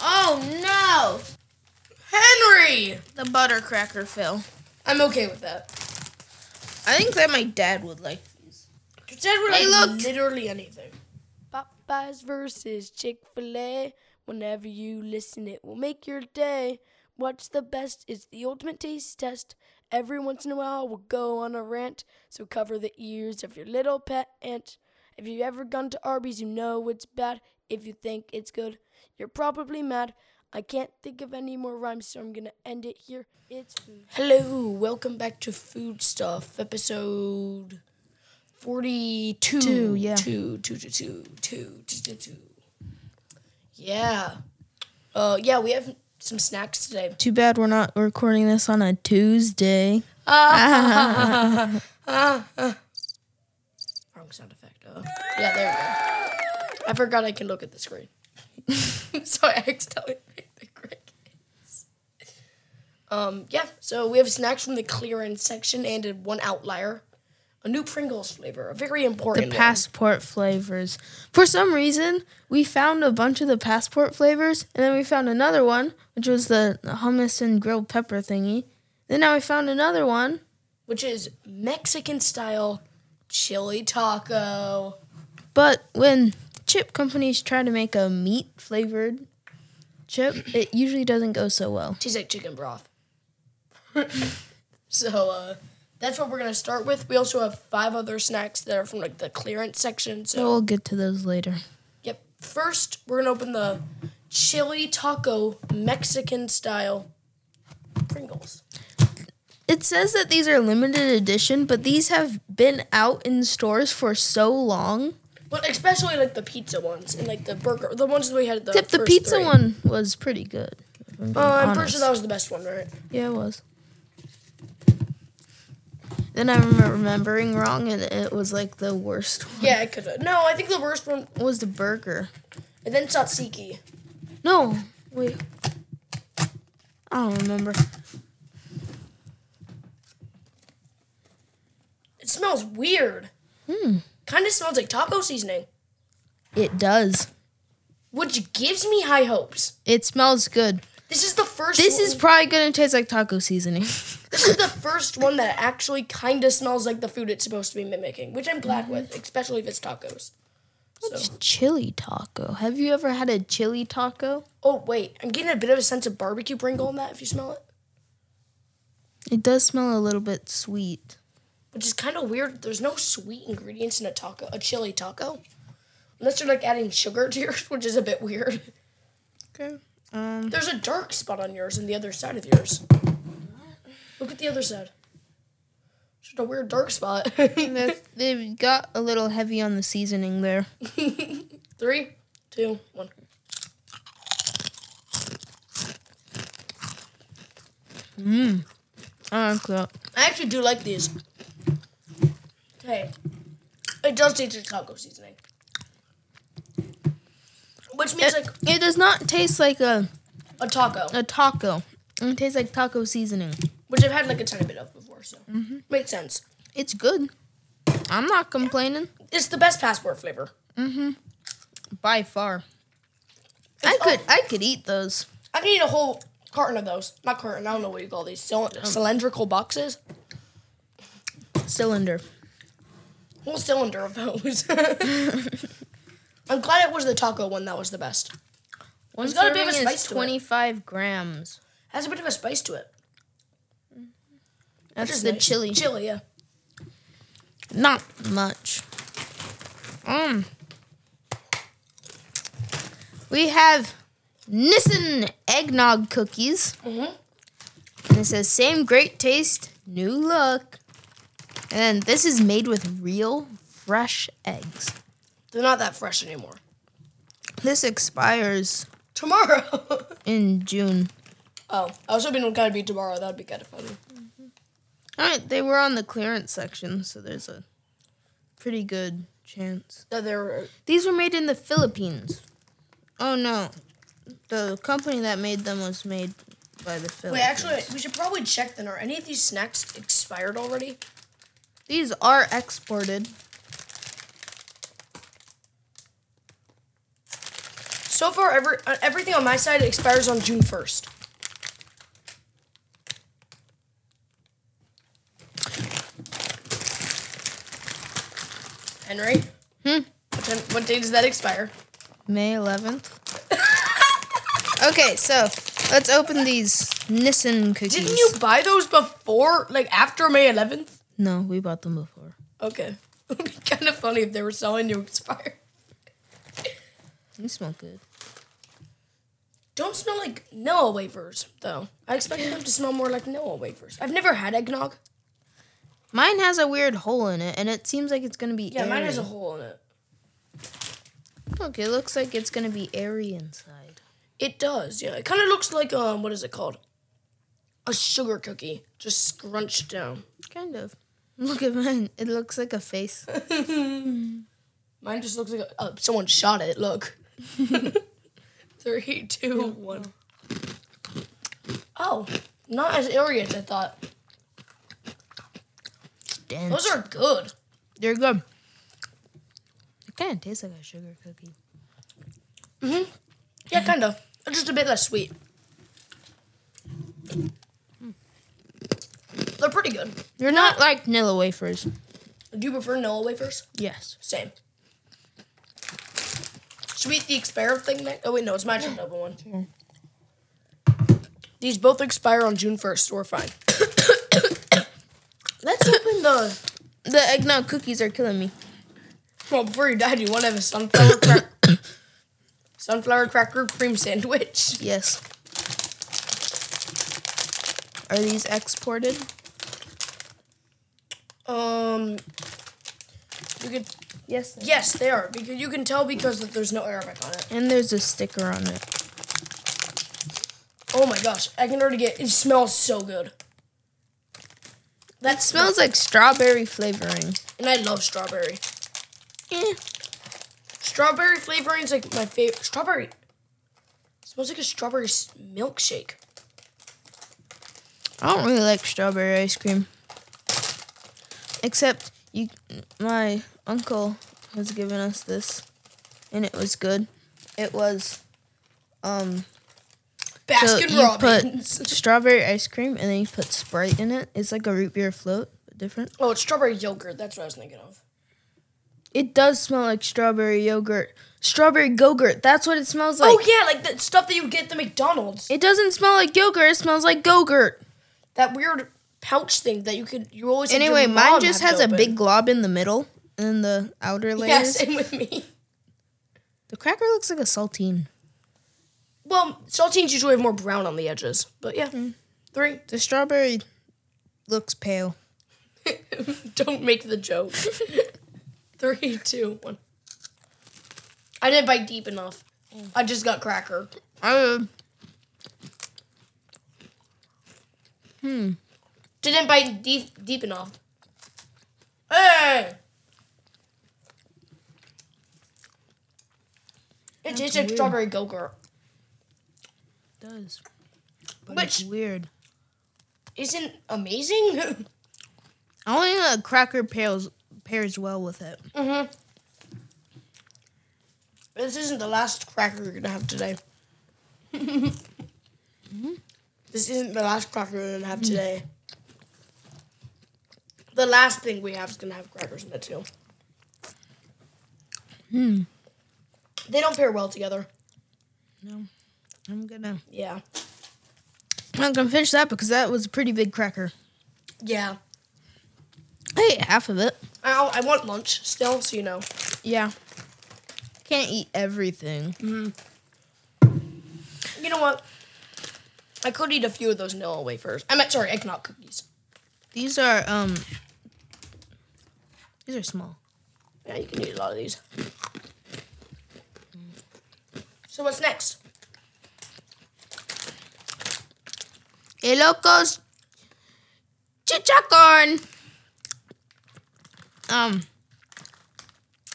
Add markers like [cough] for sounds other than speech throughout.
Oh, you. The butter cracker fill. I'm okay with that. I think that my dad would like these. Said we're Hey, like look. literally anything. Popeyes versus Chick fil A. Whenever you listen, it will make your day. What's the best? It's the ultimate taste test. Every once in a while, we'll go on a rant. So cover the ears of your little pet ant. If you've ever gone to Arby's, you know it's bad. If you think it's good, you're probably mad. I can't think of any more rhymes, so I'm gonna end it here. It's food. Hello, welcome back to Food Stuff, episode 42. Two, yeah. Two, two, two, two, two, two, two, two. Yeah. Uh, yeah, we have some snacks today. Too bad we're not recording this on a Tuesday. [laughs] Wrong sound effect. Uh, yeah, there we go. I forgot I can look at the screen. [laughs] so I accidentally made the crickets. Um, yeah, so we have snacks from the clearance section and one outlier. A new Pringles flavor, a very The important one. passport flavors. For some reason, we found a bunch of the passport flavors, and then we found another one, which was the hummus and grilled pepper thingy. Then now we found another one. which is Mexican style chili taco. But when chip companies try to make a meat flavored chip, it usually doesn't go so well. Tastes like chicken broth. [laughs] so uh, that's what we're gonna start with. We also have five other snacks that are from like the clearance section. So So we'll get to those later. yep, first we're gonna open the chili taco Mexican style Pringles. It says that these are limited edition, but these have been out in stores for so long. But especially like the pizza ones and like the burger, the ones that we had at the Except the first pizza three. one was pretty good. if I'm being Uh, I'm pretty honest. sure that was the best one, right? Yeah, it was. Then I'm remembering wrong, and it was like the worst one. Yeah, it could. have. No, I think the worst one. It was the burger. And then tzatziki. No, wait. I don't remember. It smells weird. Hmm. Kind of smells like taco seasoning, It does. which gives me high hopes. It smells good. This is the first. This one, is probably gonna taste like [laughs] taco seasoning. this is the first one that actually kind of smells like the food it's supposed to be mimicking, which I'm glad with, especially if it's tacos. So. chili taco. Have you ever had a chili taco? Oh wait, I'm getting a bit of a sense of barbecue Pringle in that if you smell it, It does smell a little bit sweet. which is kind of weird. There's no sweet ingredients in a taco, a chili taco, unless you're like adding sugar to yours, [laughs] which is a bit weird. Okay. Um. There's a dark spot on yours and the other side of yours. Look at the other side. Just a weird dark spot. [laughs] They've got a little heavy on the seasoning there. Three, two, one. I like that. I actually do like these. Hey, it does taste like taco seasoning, which means like It does not taste like a, a taco, a taco. It tastes like taco seasoning. which I've had like a tiny bit of before, so Mm-hmm. makes sense. It's good. I'm not complaining It's the best passport flavor. by far. I could I could eat those. I can eat a whole carton of those. Not carton. I don't know what you call these. Cyl- Um. cylindrical boxes. Cylinder. whole cylinder of those. [laughs] I'm glad it was the taco one that was the best. One There's gotta be a serving spice is to it. 25 grams. Has a bit of a spice to it. which That's is the nice. chili. Chili, yeah. Not much. Um, we have Nissen eggnog cookies. Mhm. And it says same great taste, new look. And this is made with real fresh eggs. They're not that fresh anymore. This expires Tomorrow. [laughs] in June. oh, I was hoping it would kind of be tomorrow. That'd be kind of funny. All right, they were on the clearance section, so there's a pretty good chance. That they're These were made in the Philippines. Oh no, the company that made them was made by the wait. Philippines. Actually, we should probably check then. Are any of these snacks expired already? these are exported. So far, every uh, everything on my side expires on June first. Henry? Hmm. What, time, what day does that expire? [laughs] May 11th. okay, so let's open these Nissen cookies. Didn't you buy those before, like after May 11th? No, we bought them before. Okay. [laughs] It would be kind of funny if they were selling to expire. They smell good. Don't smell like Noah wafers, though. I expected them to smell more like Noah wafers. I've never had eggnog. Mine has a weird hole in it, and it seems like it's gonna be Yeah, mine has a airy. hole in it. Look, it looks like it's gonna be airy inside. It does, yeah. It kind of looks like, um, what is it called? A sugar cookie, just scrunched down. Kind of. Look at mine. It looks like [laughs] a face. Mine just looks like a, oh, someone shot it. Look. [laughs] Three, two, one. Oh, not as airy as I thought. Dense. Those are good. They're good. It kind of tastes like a sugar cookie. Yeah, kind of. Just a bit less sweet. They're pretty good. They're not like Nilla wafers. Do you prefer Noah wafers? Yes. Same. Should we eat the expire thing next? Oh wait, no, it's my turn to open one. These both expire on June first. We're fine. Let's open the. [laughs] The eggnog cookies are killing me. Well, before you died, you want to have a sunflower crack, sunflower cracker cream sandwich. Yes. Are these exported? Um, you could Yes. yes, they are because you can tell because that there's no Arabic on it. And there's a sticker on it. Oh my gosh, I can already get. It smells so good. That Smells like strawberry flavoring. and I love strawberry. Eh. Strawberry flavoring is like my favorite. Strawberry smells like a strawberry s- milkshake. I don't really like strawberry ice cream. Except you my uncle has given us this and it was good. It was um so Baskin you put Robbins. [laughs] strawberry ice cream and then you put Sprite in it. It's like a root beer float, but different. oh, it's strawberry yogurt. That's what I was thinking of. It does smell like strawberry yogurt. Strawberry gogurt. That's what it smells like. Oh yeah, like the stuff that you get at the McDonald's. It doesn't smell like yogurt. It smells like gogurt. that weird pouch thing that you could you always had your Anyway, mom mine just have has to a open. big glob in the middle and the outer [laughs] layers. yeah same with me The cracker looks like a saltine. well saltines usually have more brown on the edges but yeah Mm. three The strawberry looks pale. don't make the joke three two one i didn't bite deep enough i just got cracker uh, I didn't bite deep deep enough hey it tastes like strawberry go-gurt does. But Which- it's weird. isn't amazing [laughs] I don't think a cracker pairs pairs well with it. This isn't the last cracker you're gonna have today. This isn't the last cracker you're gonna have today. The last thing we have is gonna have crackers in it too. They don't pair well together. No. I'm gonna Yeah. I'm not gonna finish that because that was a pretty big cracker. Yeah. I ate half of it. I, I want lunch still, so you know. Yeah. Can't eat everything. You know what? I could eat a few of those vanilla wafers. I meant sorry, eggnog cookies. These are um these are small. Yeah, you can eat a lot of these. So what's next? Ilocos Chichacorn. Um,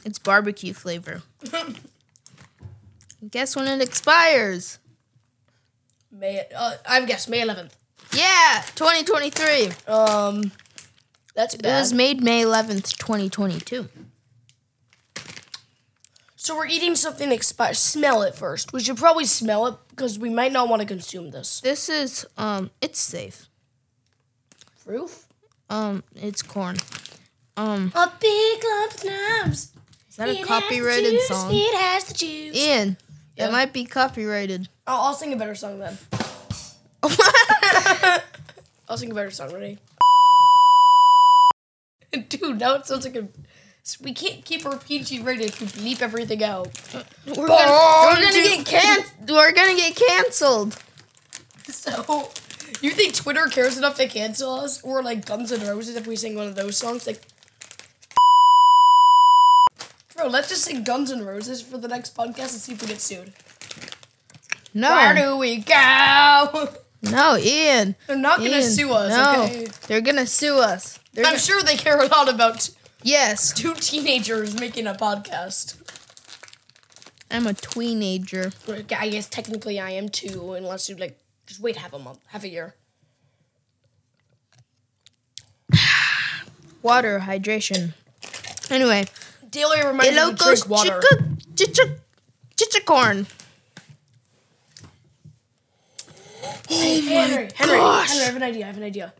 it's barbecue flavor. Guess when it expires? May uh, I've guessed May 11th. Yeah, 2023. Um, that's It bad. was made May 11th, 2022. so we're eating something expired. Smell it first. We should probably smell it because we might not want to consume this. This is um, it's safe. Proof? Um, it's corn. Um, A big lump of clams. is that a It has the copyrighted juice, song? It has the juice. Ian, Yeah. that might be copyrighted. I'll, I'll sing a better song then. I'll sing a better song. Ready? [laughs] Dude, now it sounds like a. We can't keep our PG rated if we bleep everything out. We're gonna, we're Born gonna to- get can- We're gonna get canceled. [laughs] So, you think Twitter cares enough to cancel us? Or like Guns N' Roses if we sing one of those songs? Like, bro, let's just sing Guns N' Roses for the next podcast and see if we get sued. Where No, do we go? [laughs] no, Ian. They're not gonna Ian, sue us. No, Okay. they're gonna sue us. They're I'm gonna- sure they care a lot about yes, two teenagers making a podcast. I'm a teenager. Like, I guess technically I am too, unless you like just wait half a month, half a year. Water hydration. Anyway, Daily reminder to Ilocos drink water. chica chicha [gasps] chichicorn. Henry, Henry, gosh. Henry, I have an idea. I have an idea.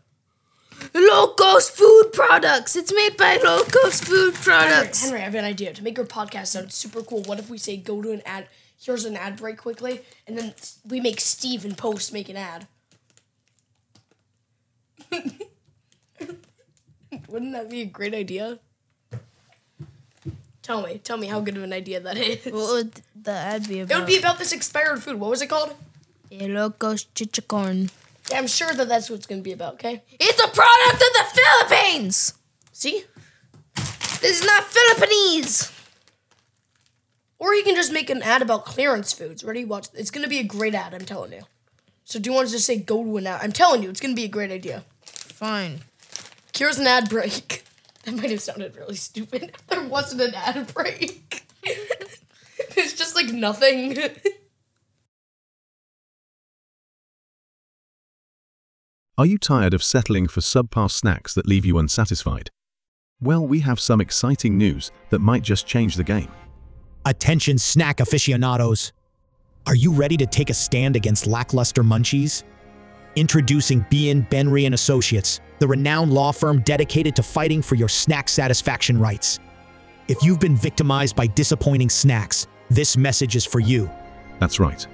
Locos food products. It's made by Locos food products. Uh, Henry, I have an idea. To make your podcast sound super cool, what if we say go to an ad? Here's an ad break quickly, and then we make Steve and Post make an ad. [laughs] Wouldn't that be a great idea? Tell me, tell me how good of an idea that is. What would the ad be It about? would be about this expired food. What was it called? Ilocos chichicorn. Yeah, I'm sure that that's what it's going to be about, okay? It's a product of the Philippines. See? This is not Philippines. Or you can just make an ad about clearance foods. Ready? Watch. It's going to be a great ad, I'm telling you. So do you want to just say go to an ad? I'm telling you, it's going to be a great idea. Fine. Here's an ad break. [laughs] That might have sounded really stupid. [laughs] There wasn't an ad break. [laughs] it's just like nothing. [laughs] Are you tired of settling for subpar snacks that leave you unsatisfied? Well, we have some exciting news that might just change the game. Attention, snack aficionados! Are you ready to take a stand against lackluster munchies? Introducing Bien Benry and Associates, the renowned law firm dedicated to fighting for your snack satisfaction rights. If you've been victimized by disappointing snacks, this message is for you. That's right.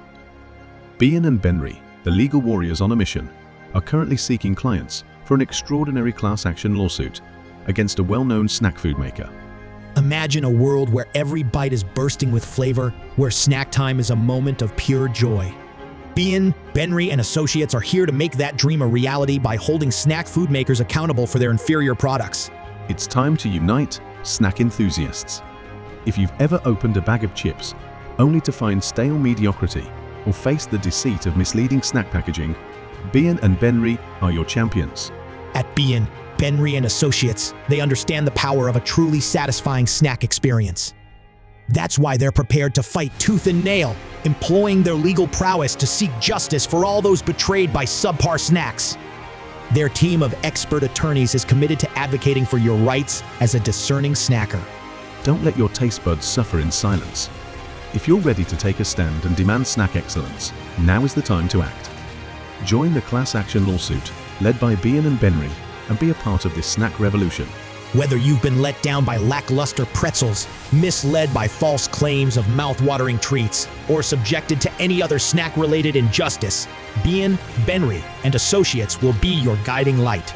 Bean and Benry, the legal warriors on a mission, are currently seeking clients for an extraordinary class action lawsuit against a well known snack food maker. Imagine a world where every bite is bursting with flavor, where snack time is a moment of pure joy. Bien, Benry, and Associates are here to make that dream a reality by holding snack food makers accountable for their inferior products. It's time to unite snack enthusiasts. If you've ever opened a bag of chips only to find stale mediocrity or faced the deceit of misleading snack packaging, Bean and Benry are your champions. At Bien, Benry and Associates, they understand the power of a truly satisfying snack experience. That's why they're prepared to fight tooth and nail, employing their legal prowess to seek justice for all those betrayed by subpar snacks. Their team of expert attorneys is committed to advocating for your rights as a discerning snacker. Don't let your taste buds suffer in silence. If you're ready to take a stand and demand snack excellence, now is the time to act. Join the class action lawsuit led by Bean and Benry and be a part of this snack revolution. Whether you've been let down by lackluster pretzels, misled by false claims of mouthwatering treats, or subjected to any other snack related injustice, Bien, Benry, and Associates will be your guiding light.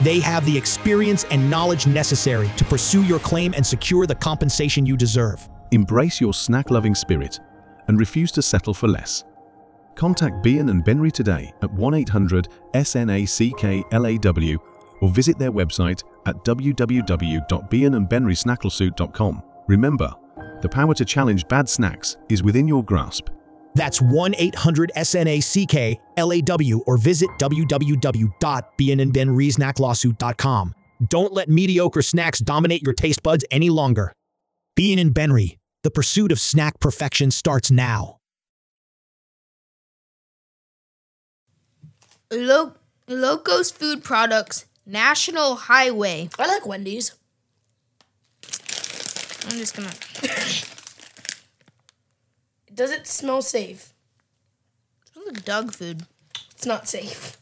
They have the experience and knowledge necessary to pursue your claim and secure the compensation you deserve. Embrace your snack loving spirit and refuse to settle for less. Contact Bean and Benry today at 1 800 SNACKLAW or visit their website at www.beanandbenrysnacklsuit.com. Remember, the power to challenge bad snacks is within your grasp. That's 1 800 SNACK LAW or visit www.bnandbenrysnacklawsuit.com. Don't let mediocre snacks dominate your taste buds any longer. Bean and Benry, the pursuit of snack perfection starts now. Lo- Locos food products. National highway. I like Wendy's. I'm just gonna. Does it smell safe? Sounds like dog food. [laughs] It's not safe.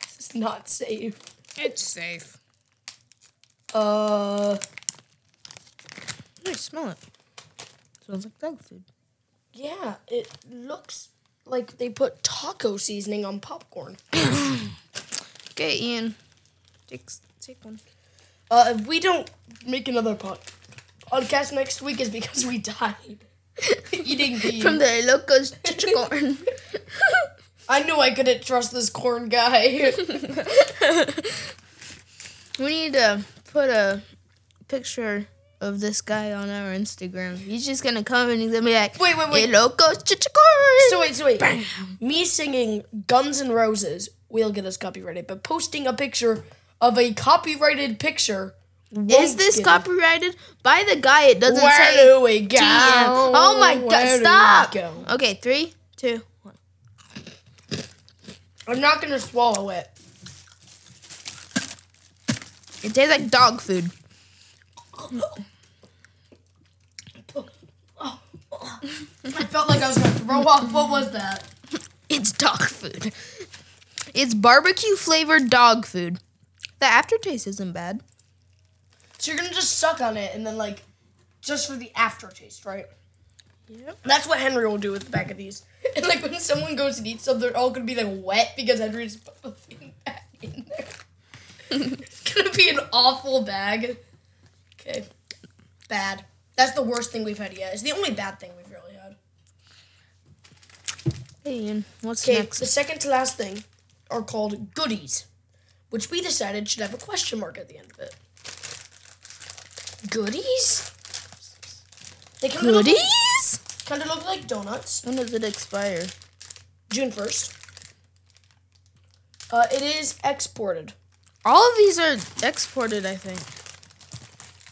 This is not safe. It's safe. Uh, I smell it. Smells like dog food. yeah, it looks like they put taco seasoning on popcorn. Okay, Ian. Take, take [laughs] one. Uh, if we don't make another pod- podcast next week, is because we [laughs] died eating beans. From the Locos Chichicorn. I knew I couldn't trust this corn guy. [laughs] we need to put a picture of this guy on our Instagram. He's just gonna come and he's gonna be like, Wait, wait, wait. "Hey, Locos Chichicorn! so wait, so wait. Me singing Guns N' Roses will get us copyrighted, but posting a picture of a copyrighted picture Is this copyrighted by the guy? It doesn't Where say. do we go? DM. Oh my Where do we god! Stop. go? Okay, three, two, one. I'm not gonna swallow it. It tastes like dog food. I felt like I was gonna throw up. What was that? It's dog food. It's barbecue flavored dog food. The aftertaste isn't bad. So you're gonna just suck on it and then like, just for the aftertaste, right? Yep. That's what Henry will do with the back of these. [laughs] And like when someone goes and eats some, they're all gonna be like wet because Henry's put the thing back in there. it's gonna be an awful bag. Okay. Bad. That's the worst thing we've had yet. It's the only bad thing we've really had. Hey Ian, what's Okay, next? the second to last thing are called goodies, which we decided should have a question mark at the end of it. Goodies? They kind of look, Goodies? kind of look like donuts. When does it expire? June first. Uh, it is exported. All of these are exported, I think.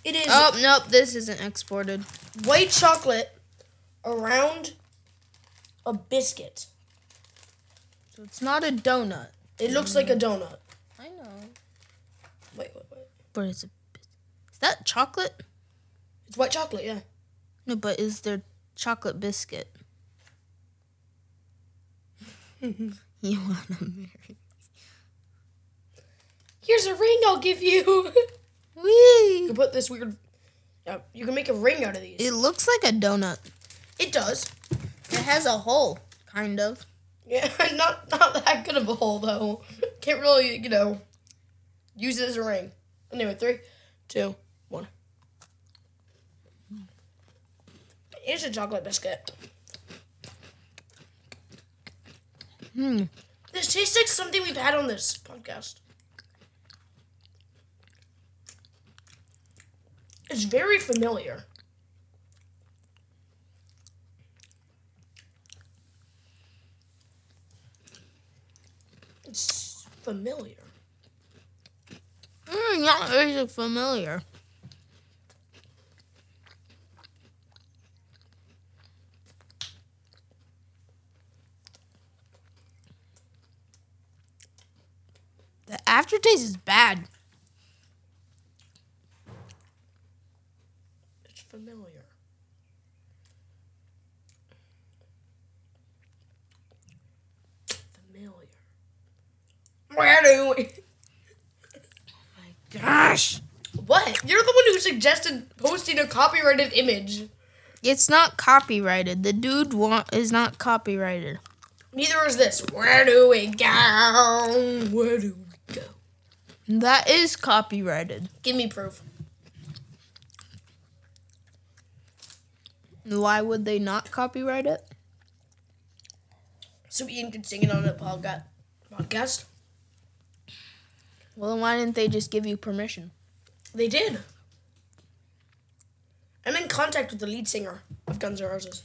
It is Oh nope, this isn't exported. white chocolate around a biscuit. So it's not a donut. It looks like a donut. I know. Wait, wait, wait. But it's a is that chocolate? It's white chocolate, yeah. No, but is there chocolate [laughs] biscuit? you wanna marry? Here's a ring I'll give you. [laughs] Wee! you put this weird. Yeah, you can make a ring out of these. It looks like a donut. It does. It has a hole, kind of. Yeah, [laughs] not not that good of a hole though. Can't really, you know, use it as a ring. Anyway, three, two, one. It's a chocolate biscuit. Hmm. Hmm. This tastes like something we've had on this podcast. It's very familiar. It's familiar. Mm, not very familiar. The aftertaste is bad. It's familiar. Familiar. Where do we? Gosh. What? You're the one who suggested posting a copyrighted image. It's not copyrighted. The dude want is not copyrighted. Neither is this. Where do we go? Where do we go? That is copyrighted. Give me proof. Why would they not copyright it? So Ian can sing it on a podga- podcast. Well, then why didn't they just give you permission? They did. I'm in contact with the lead singer of Guns N' Roses.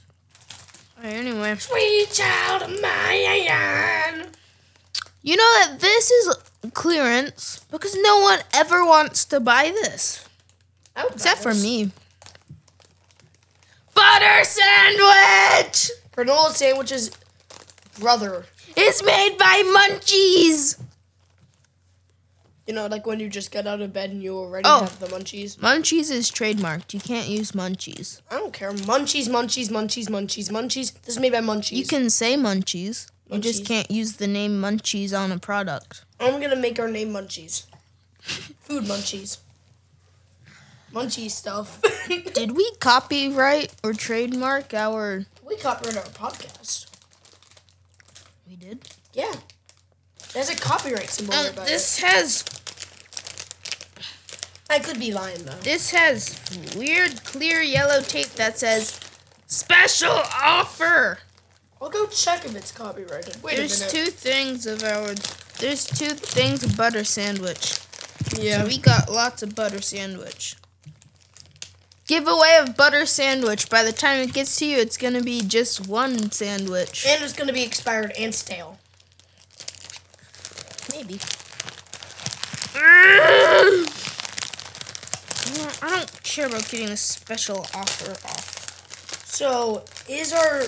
Alright, anyway. Sweet child of mine. You know that this is clearance because no one ever wants to buy this I would buy except for this. me. Butter sandwich. Granola sandwiches, brother. It's made by Munchies. You know, like when you just get out of bed and you already Oh. have the munchies. Munchies is trademarked. You can't use Munchies. I don't care. Munchies, munchies, munchies, munchies, munchies. This is made by munchies. You can say Munchies. You Munchies. just can't use the name Munchies on a product. I'm gonna make our name munchies. Food munchies. munchy stuff. Did we copyright or trademark our? we copyrighted our podcast. We did. Yeah. There's a copyright symbol Um, about this has it. I could be lying though. this has weird clear yellow tape that says special offer. I'll go check if it's copyrighted. Wait There's a minute. two things of our. There's two things of butter sandwich. Yeah. So we got lots of butter sandwich. Giveaway of butter sandwich. By the time it gets to you, it's gonna be just one sandwich. and it's gonna be expired and stale. Maybe. I don't- I don't care about getting a special offer off. So is our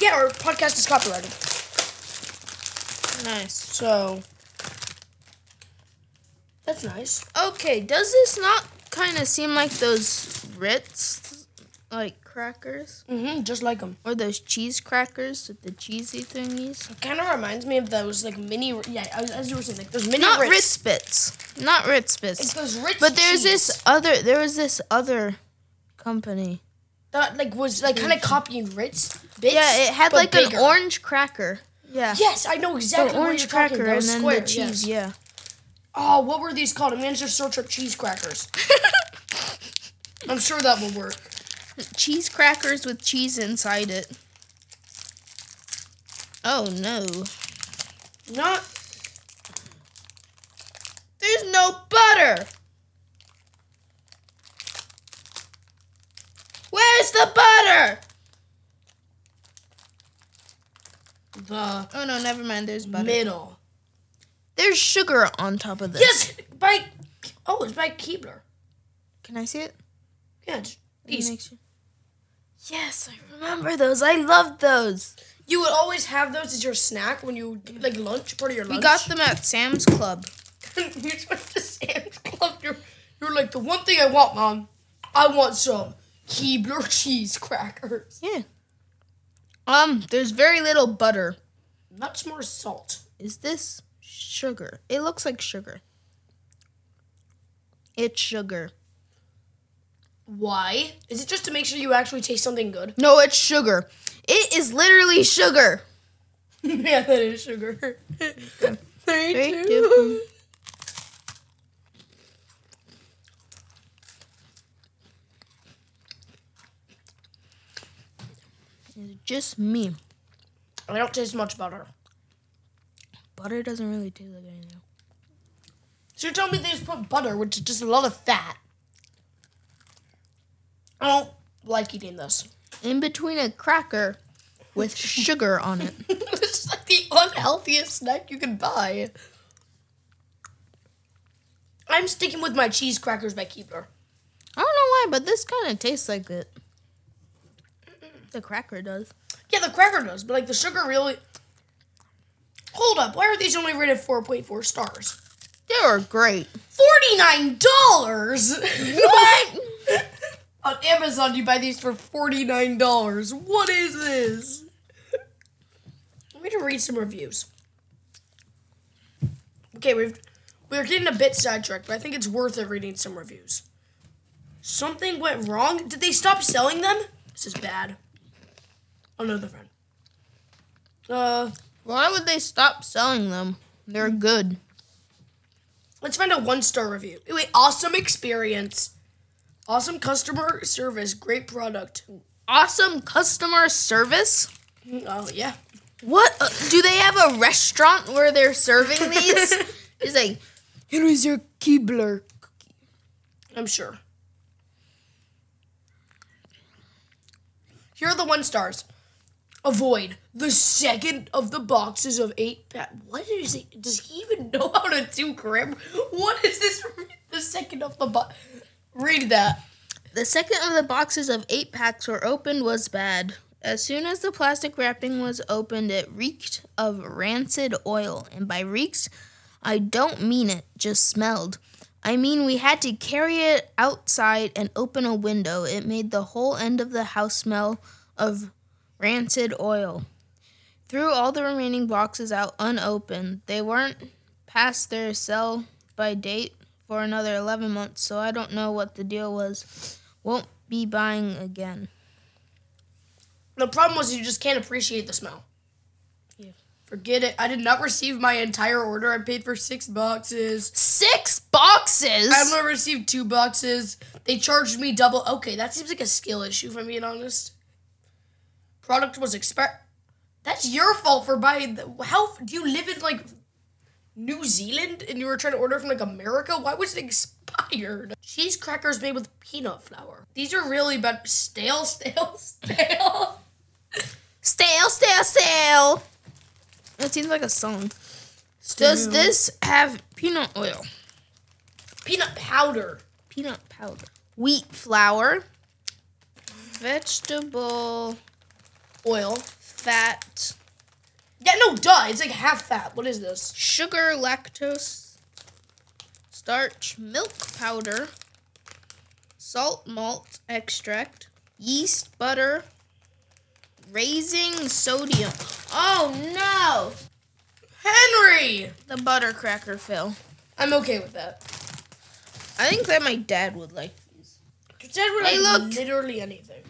yeah our podcast is copyrighted. Nice. So that's nice. Okay, does this not kind of seem like those Ritz, like crackers, Mm-hmm. Just like them. or those cheese crackers with the cheesy thingies? It kind of reminds me of those like mini yeah as- as you were saying like those mini Not Ritz. Ritz bits. Not Ritz It's bits. those Ritz. But there's cheese this other. There was this other company. that like was like kind of copying Ritz. Bits, Mm-hmm. yeah, it had but like bigger. an orange cracker. Yeah. Yes, I know exactly The what orange you're talking cracker about. and then Square, the yes. cheese. Yeah. Oh, what were these called? I'm gonna just search up cheese [laughs] crackers. I'm sure that will work. cheese crackers with cheese inside it. Oh no. Not There's no butter. Where's the butter? the Oh no, never mind. There's butter. middle. There's sugar on top of this. Yes, by oh, it's by Keebler. Can I see it? Yeah, it's these. Make sure. Yes, I remember those. I loved those. You would always have those as your snack when you like lunch part of your lunch. We got them at Sam's Club. [laughs] you just went to [laughs] Sam's Club. You're you're like the one thing I want, mom. I want some Keebler cheese crackers. Yeah. Um, there's very little butter. Much more salt. Is this sugar? It looks like sugar. It's sugar. Why? Is it just to make sure you actually taste something good? [laughs] No, it's sugar. It is literally sugar. yeah, that is sugar. [laughs] Three, Three, two. two, Is it just me? I don't taste much butter. Butter doesn't really taste like anything. So you're telling me they just put butter, which is just a lot of fat. I don't like eating this. In between a cracker with sugar on it. [laughs] this is like the unhealthiest snack you can buy. I'm sticking with my cheese crackers by Keebler. I don't know why, but this kind of tastes like it. The cracker does. Yeah, the cracker does, but like the sugar really. Hold up, why are these only rated 4.4 stars? They are great. [laughs] $49! what? On Amazon, you buy these for $49. What is this? Let me to read some reviews. Okay, we've we're getting a bit sidetracked, but I think it's worth it reading some reviews. Something went wrong? Did they stop selling them? This is bad. Another friend. Uh Why would they stop selling them? They're good. Let's find a one star review. Wait, awesome experience. Awesome customer service. Great product. Awesome customer service. Oh, yeah. What uh, do they have a restaurant where they're serving these? it's like, here is your Keebler. I'm sure. Here are the one stars. Avoid the second of the boxes of eight. pa- What is he? Does he even know how to do grammar? What is this? [laughs] The second of the box. Read that. The second of the boxes of eight packs were opened was bad. As soon as the plastic wrapping was opened, it reeked of rancid oil. And by reeked, I don't mean it just smelled. I mean, we had to carry it outside and open a window. It made the whole end of the house smell of rancid oil. Threw all the remaining boxes out unopened. They weren't past their sell by date for another 11 months, so I don't know what the deal was. Won't be buying again. The problem was you just can't appreciate the smell. Yeah. Forget it. I did not receive my entire order. I paid for six boxes. Six boxes? I only received two boxes. They charged me double. Okay, that seems like a skill issue, if I'm being honest. Product was expired. That's your fault for buying. The- How do you live in like New Zealand and you were trying to order from like America? Why was it expired? Cheese crackers made with peanut flour. These are really bad. Stale, [laughs] stale, stale. Stale, stale, stale. That seems like a song. Does this have peanut oil, Peanut powder. peanut powder, wheat flour, vegetable Oil. fat, Yeah, no, duh. It's like half fat. What is this? sugar, lactose, starch, milk powder, salt, malt extract, yeast, butter, raising sodium. Oh no! Henry! The butter cracker fell. I'm okay with that. I think that my dad would like these. Your dad would Hey, like look. literally anything.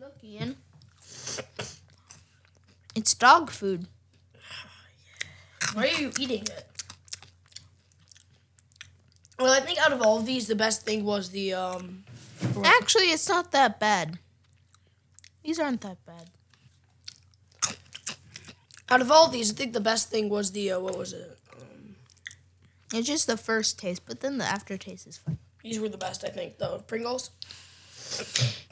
Look, Ian. It's dog food. Why are you eating it? Well, I think out of all of these, the best thing was the, um, Actually, it's not that bad. These aren't that bad. out of all of these, I think the best thing was the, uh, what was it? It's just the first taste, but then the aftertaste is fine. These were the best, I think, though. Pringles?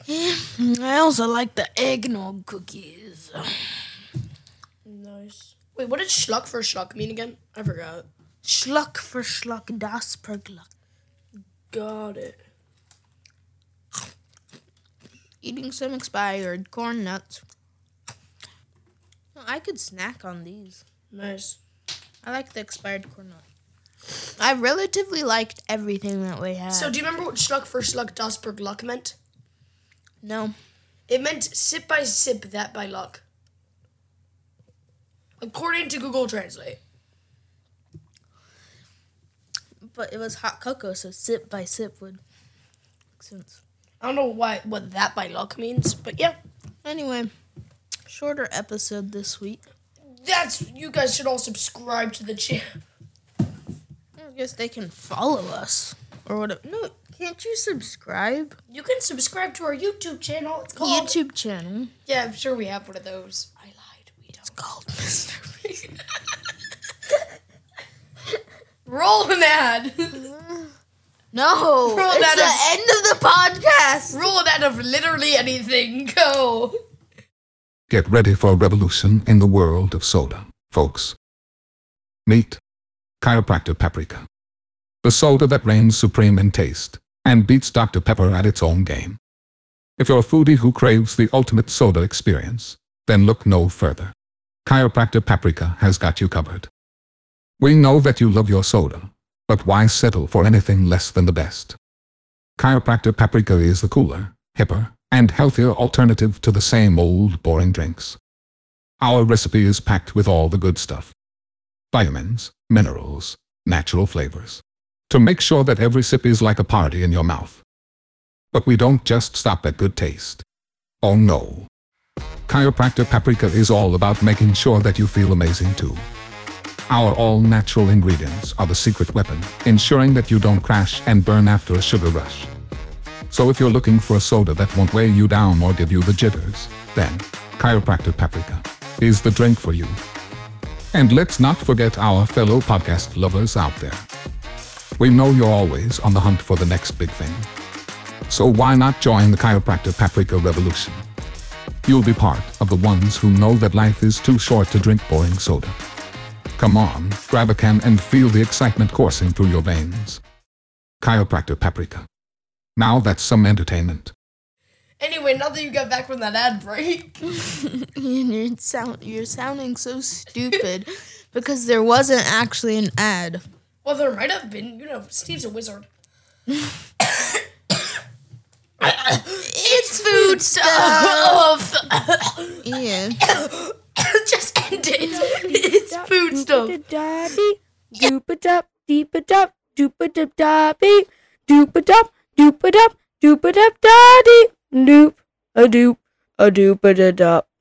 Mm, I also like the eggnog cookies. Nice. Wait, what did schluck for schluck mean again? I forgot. Schluck for schluck, das per gluck. Got it. Eating some expired corn nuts. Oh, I could snack on these. Nice. I like the expired corn nuts. I relatively liked everything that we had. So, do you remember what schluck for schluck, das per Gluck meant? no. It meant sip by sip, that by luck. According to Google Translate. But it was hot cocoa, so sip by sip would make sense. I don't know why what that by luck means, but yeah. Anyway, shorter episode this week. That's you guys should all subscribe to the channel. I guess they can follow us or whatever. No, can't you subscribe? You can subscribe to our YouTube channel. It's called YouTube channel. Yeah, I'm sure we have one of those. I lied. We don't. It's called Mr. Freak. [laughs] Roll an ad. [laughs] No, Bro, it's that the end of the podcast. Roll an ad of literally [laughs] anything. Go. Get ready for a revolution in the world of soda, folks. Meet Chiropractor Paprika. The soda that reigns supreme in taste and beats Dr. Pepper at its own game. If you're a foodie who craves the ultimate soda experience, then look no further. Chiropractor Paprika has got you covered. We know that you love your soda, but why settle for anything less than the best? Chiropractor Paprika is the cooler, hipper, and healthier alternative to the same old boring drinks. Our recipe is packed with all the good stuff vitamins, minerals, natural flavors to make sure that every sip is like a party in your mouth. But we don't just stop at good taste. Oh no. Chiropractor Paprika is all about making sure that you feel amazing too. Our all natural ingredients are the secret weapon, ensuring that you don't crash and burn after a sugar rush. So if you're looking for a soda that won't weigh you down or give you the jitters, then Chiropractor Paprika is the drink for you. And let's not forget our fellow podcast lovers out there. We know you're always on the hunt for the next big thing. So why not join the Chiropractor Paprika revolution? You'll be part of the ones who know that life is too short to drink boring soda. Come on, grab a can and feel the excitement coursing through your veins. Chiropractor Paprika. Now that's some entertainment. Anyway, now that you got back from that ad break, Ian, you're, sound, you're sounding so stupid [laughs] because there wasn't actually an ad. well, there might have been. You know, Steve's a [coughs] wizard. It's food Of Ian, [coughs] [laughs] just end it. It's food stuff. Daddy, doop a deep a dup, doop a dup da beep, doop a dup, doop a dup, doop a dup da deep, doop a doop, a doop a da dup.